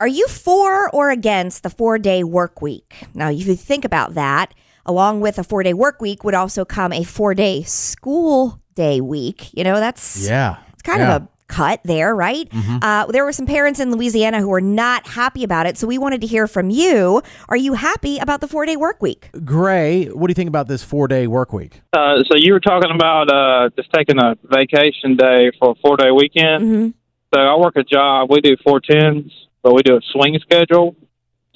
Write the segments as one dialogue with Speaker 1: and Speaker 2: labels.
Speaker 1: Are you for or against the four day work week? Now, if you think about that, along with a four day work week would also come a four day school day week. You know, that's
Speaker 2: Yeah.
Speaker 1: it's kind
Speaker 2: yeah. Mm-hmm.
Speaker 1: of a cut there, right? Uh, there were some parents in Louisiana who were not happy about it. So we wanted to hear from you. Are you happy about the four day work week?
Speaker 2: Gray, what do you think about this four day work week?
Speaker 3: Uh, so you were talking about uh, just taking a vacation day for a four day weekend.
Speaker 1: Mm-hmm.
Speaker 3: So I work a job. We do four tens, but we do a swing schedule.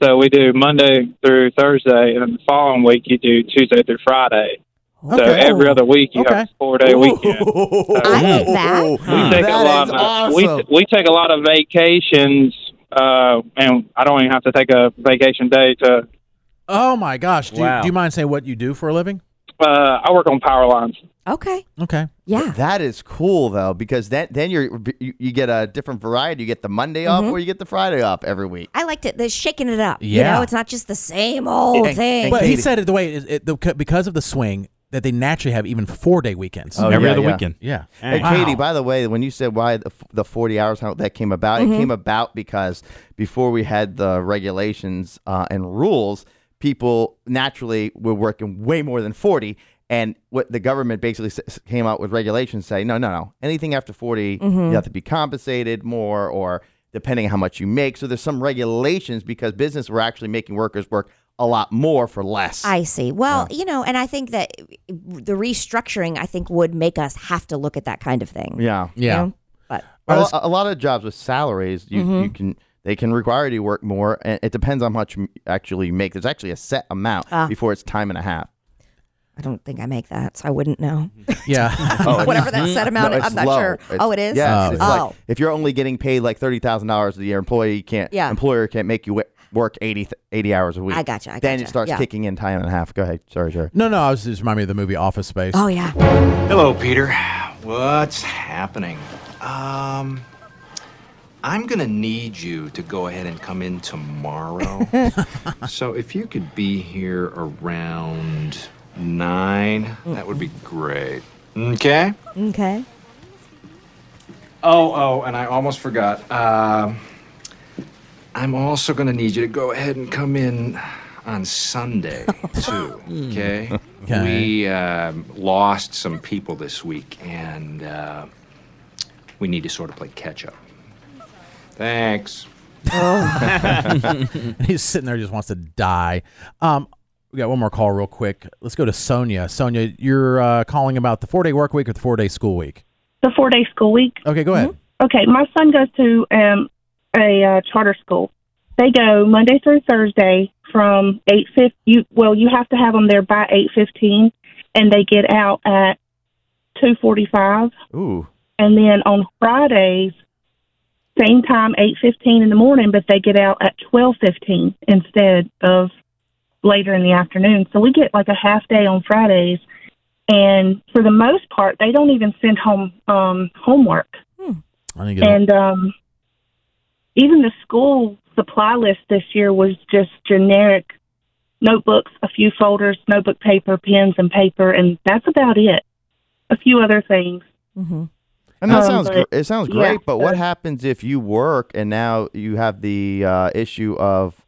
Speaker 3: So we do Monday through Thursday, and then the following week you do Tuesday through Friday. So
Speaker 2: Okay.
Speaker 3: every other week you
Speaker 2: Okay.
Speaker 3: have a four day weekend.
Speaker 1: I
Speaker 2: Oh.
Speaker 1: like that.
Speaker 4: Oh,
Speaker 3: We take a
Speaker 2: That
Speaker 3: lot
Speaker 2: is
Speaker 3: of
Speaker 2: awesome.
Speaker 3: we we take a lot of vacations, uh, and I don't even have to take a vacation day to.
Speaker 2: Oh my gosh. Do,
Speaker 5: Wow.
Speaker 2: you, do you mind saying what you do for a living?
Speaker 3: Uh, I work on power lines.
Speaker 1: Okay.
Speaker 2: Okay.
Speaker 1: Yeah.
Speaker 4: That is cool though, because then then you're you, you get a different variety. You get the Monday off
Speaker 1: Mm-hmm.
Speaker 4: or you get the Friday off every week.
Speaker 1: I liked it. They're shaking it up. You
Speaker 2: Yeah.
Speaker 1: know, it's not just the same old
Speaker 4: And-
Speaker 1: thing.
Speaker 4: and
Speaker 2: But he
Speaker 4: Katie.
Speaker 2: said it the way it, it, the, because of the swing that they naturally have even four day weekends.
Speaker 4: Oh,
Speaker 5: Every
Speaker 4: yeah,
Speaker 5: other
Speaker 4: yeah.
Speaker 5: weekend.
Speaker 2: Yeah.
Speaker 4: Hey,
Speaker 2: Wow.
Speaker 4: Katie, by the way, when you said why the, the 40 hours, how that came about, it came about because before we had the regulations uh, and rules, people naturally were working way more than 40. And what the government basically s- s- came out with regulations saying, no, no, no, anything after 40, you have to be compensated more or depending on how much you make. So there's some regulations because business were actually making workers work a lot more for less.
Speaker 1: I see. Well, you know, and I think that the restructuring, I think, would make us have to look at that kind of thing.
Speaker 4: yeah.
Speaker 1: you
Speaker 2: Yeah.
Speaker 1: know? But
Speaker 4: Well, a, a lot of jobs with salaries, you, you can they can require you to work more, and it depends on how much you actually you make. There's actually a set amount before it's time and a half.
Speaker 1: I don't think I make that, so I wouldn't know.
Speaker 2: Mm-hmm. Yeah.
Speaker 1: Oh, Whatever that set amount,
Speaker 4: Oh, No,
Speaker 1: is,
Speaker 4: it's
Speaker 1: I'm not
Speaker 4: low.
Speaker 1: sure.
Speaker 4: It's-
Speaker 1: oh, it is.
Speaker 4: Yes,
Speaker 2: Oh.
Speaker 4: it's like
Speaker 1: Oh.
Speaker 4: if you're only getting paid like thirty thousand dollars a year, employee can't.
Speaker 1: Yeah.
Speaker 4: employer can't make you wi- work 80, th- 80 hours a week.
Speaker 1: I gotcha, I
Speaker 4: then
Speaker 1: gotcha,
Speaker 4: it starts
Speaker 1: yeah.
Speaker 4: kicking in time and a half. Go ahead. Sorry, sorry.
Speaker 2: no, no. I was just reminding me of the movie Office Space.
Speaker 1: Oh yeah.
Speaker 6: Hello, Peter. What's happening? Um, I'm gonna need you to go ahead and come in tomorrow. so if you could be here around nine, that would be great. Okay.
Speaker 1: Okay.
Speaker 6: Oh, oh, and I almost forgot. Uh, I'm also gonna need you to go ahead and come in on Sunday too. Okay.
Speaker 2: Okay.
Speaker 6: We um lost some people this week, and uh, we need to sort of play catch up. Thanks.
Speaker 2: He's sitting there, just wants to die. Um, we got one more call, real quick. Let's go to Sonia. Sonia, you're uh, calling about the four day work week or the four day school week.
Speaker 7: the four day school week.
Speaker 2: Okay, go ahead.
Speaker 7: Okay, my son goes to um, a uh, charter school. They go Monday through Thursday from eight fifty. You well, you have to have them there by eight fifteen, and they get out at two forty five.
Speaker 4: Ooh,
Speaker 7: And then on Fridays, same time eight fifteen in the morning, but they get out at twelve fifteen instead of later in the afternoon. So we get like a half day on Fridays, and for the most part, they don't even send home um, homework.
Speaker 2: I think it's
Speaker 7: And um, even the school supply list this year was just generic notebooks, a few folders, notebook paper, pens, and paper, and that's about it. A few other things.
Speaker 1: hmm
Speaker 4: and that
Speaker 7: Um,
Speaker 4: sounds gr-
Speaker 7: but-
Speaker 4: it sounds
Speaker 7: yeah,
Speaker 4: great. but what
Speaker 7: so-
Speaker 4: happens if you work and now you have the uh, issue of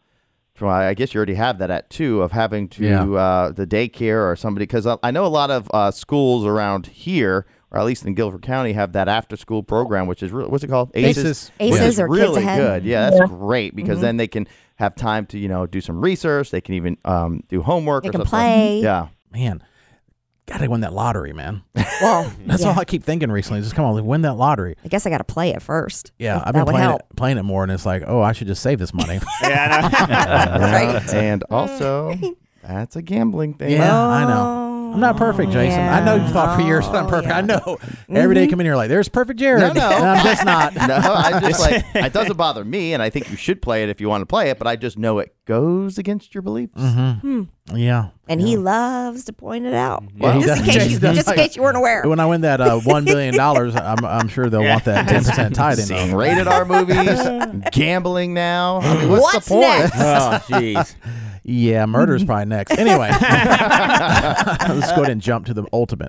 Speaker 4: well, I guess you already have that at two of having to
Speaker 2: Yeah.
Speaker 4: uh, the daycare or somebody because I, I know a lot of uh, schools around here or at least in Guilford County have that after school program which is re- what's it called
Speaker 2: ACES.
Speaker 4: which
Speaker 1: ACES
Speaker 4: is
Speaker 1: or Kids
Speaker 4: really
Speaker 1: Ahead.
Speaker 4: good yeah that's great because then they can have time to you know do some research they can even um, do homework
Speaker 1: They
Speaker 4: or
Speaker 1: can
Speaker 4: something.
Speaker 1: play.
Speaker 4: yeah
Speaker 2: man. God, I won that lottery, man.
Speaker 1: Well,
Speaker 4: Mm-hmm.
Speaker 2: That's
Speaker 1: yeah.
Speaker 2: all I keep thinking recently. Just come on, win that lottery.
Speaker 1: I guess I got to play it first.
Speaker 2: Yeah,
Speaker 1: That
Speaker 2: I've been
Speaker 1: would
Speaker 2: playing
Speaker 1: help.
Speaker 2: it, playing it more, and it's like, oh, I should just save this money.
Speaker 1: Right.
Speaker 4: and also that's a gambling thing
Speaker 2: yeah, I know. I'm not perfect, Jason. I know you've thought for years I'm
Speaker 1: Oh,
Speaker 2: perfect. I know.
Speaker 1: Mm-hmm.
Speaker 2: Every day you come in here like, there's perfect Jared.
Speaker 4: No, no.
Speaker 2: And I'm just not.
Speaker 4: no, I just like it doesn't bother me, and I think you should play it if you want to play it. But I just know it goes against your beliefs.
Speaker 2: Mm-hmm. Yeah.
Speaker 1: And he loves to point it out.
Speaker 2: Mm-hmm. Yeah, he
Speaker 1: just in
Speaker 2: does.
Speaker 1: case you,
Speaker 2: Jason does.
Speaker 1: just in case you weren't aware.
Speaker 2: When I win that uh, $1 billion, I'm, I'm sure they'll want that 10% tied in.
Speaker 4: Seeing rated R movies, gambling now. I mean, what's,
Speaker 1: What's
Speaker 4: the point?
Speaker 1: next?
Speaker 5: Oh, jeez.
Speaker 2: Yeah, murder's probably next. Anyway, let's go ahead and jump to the ultimate.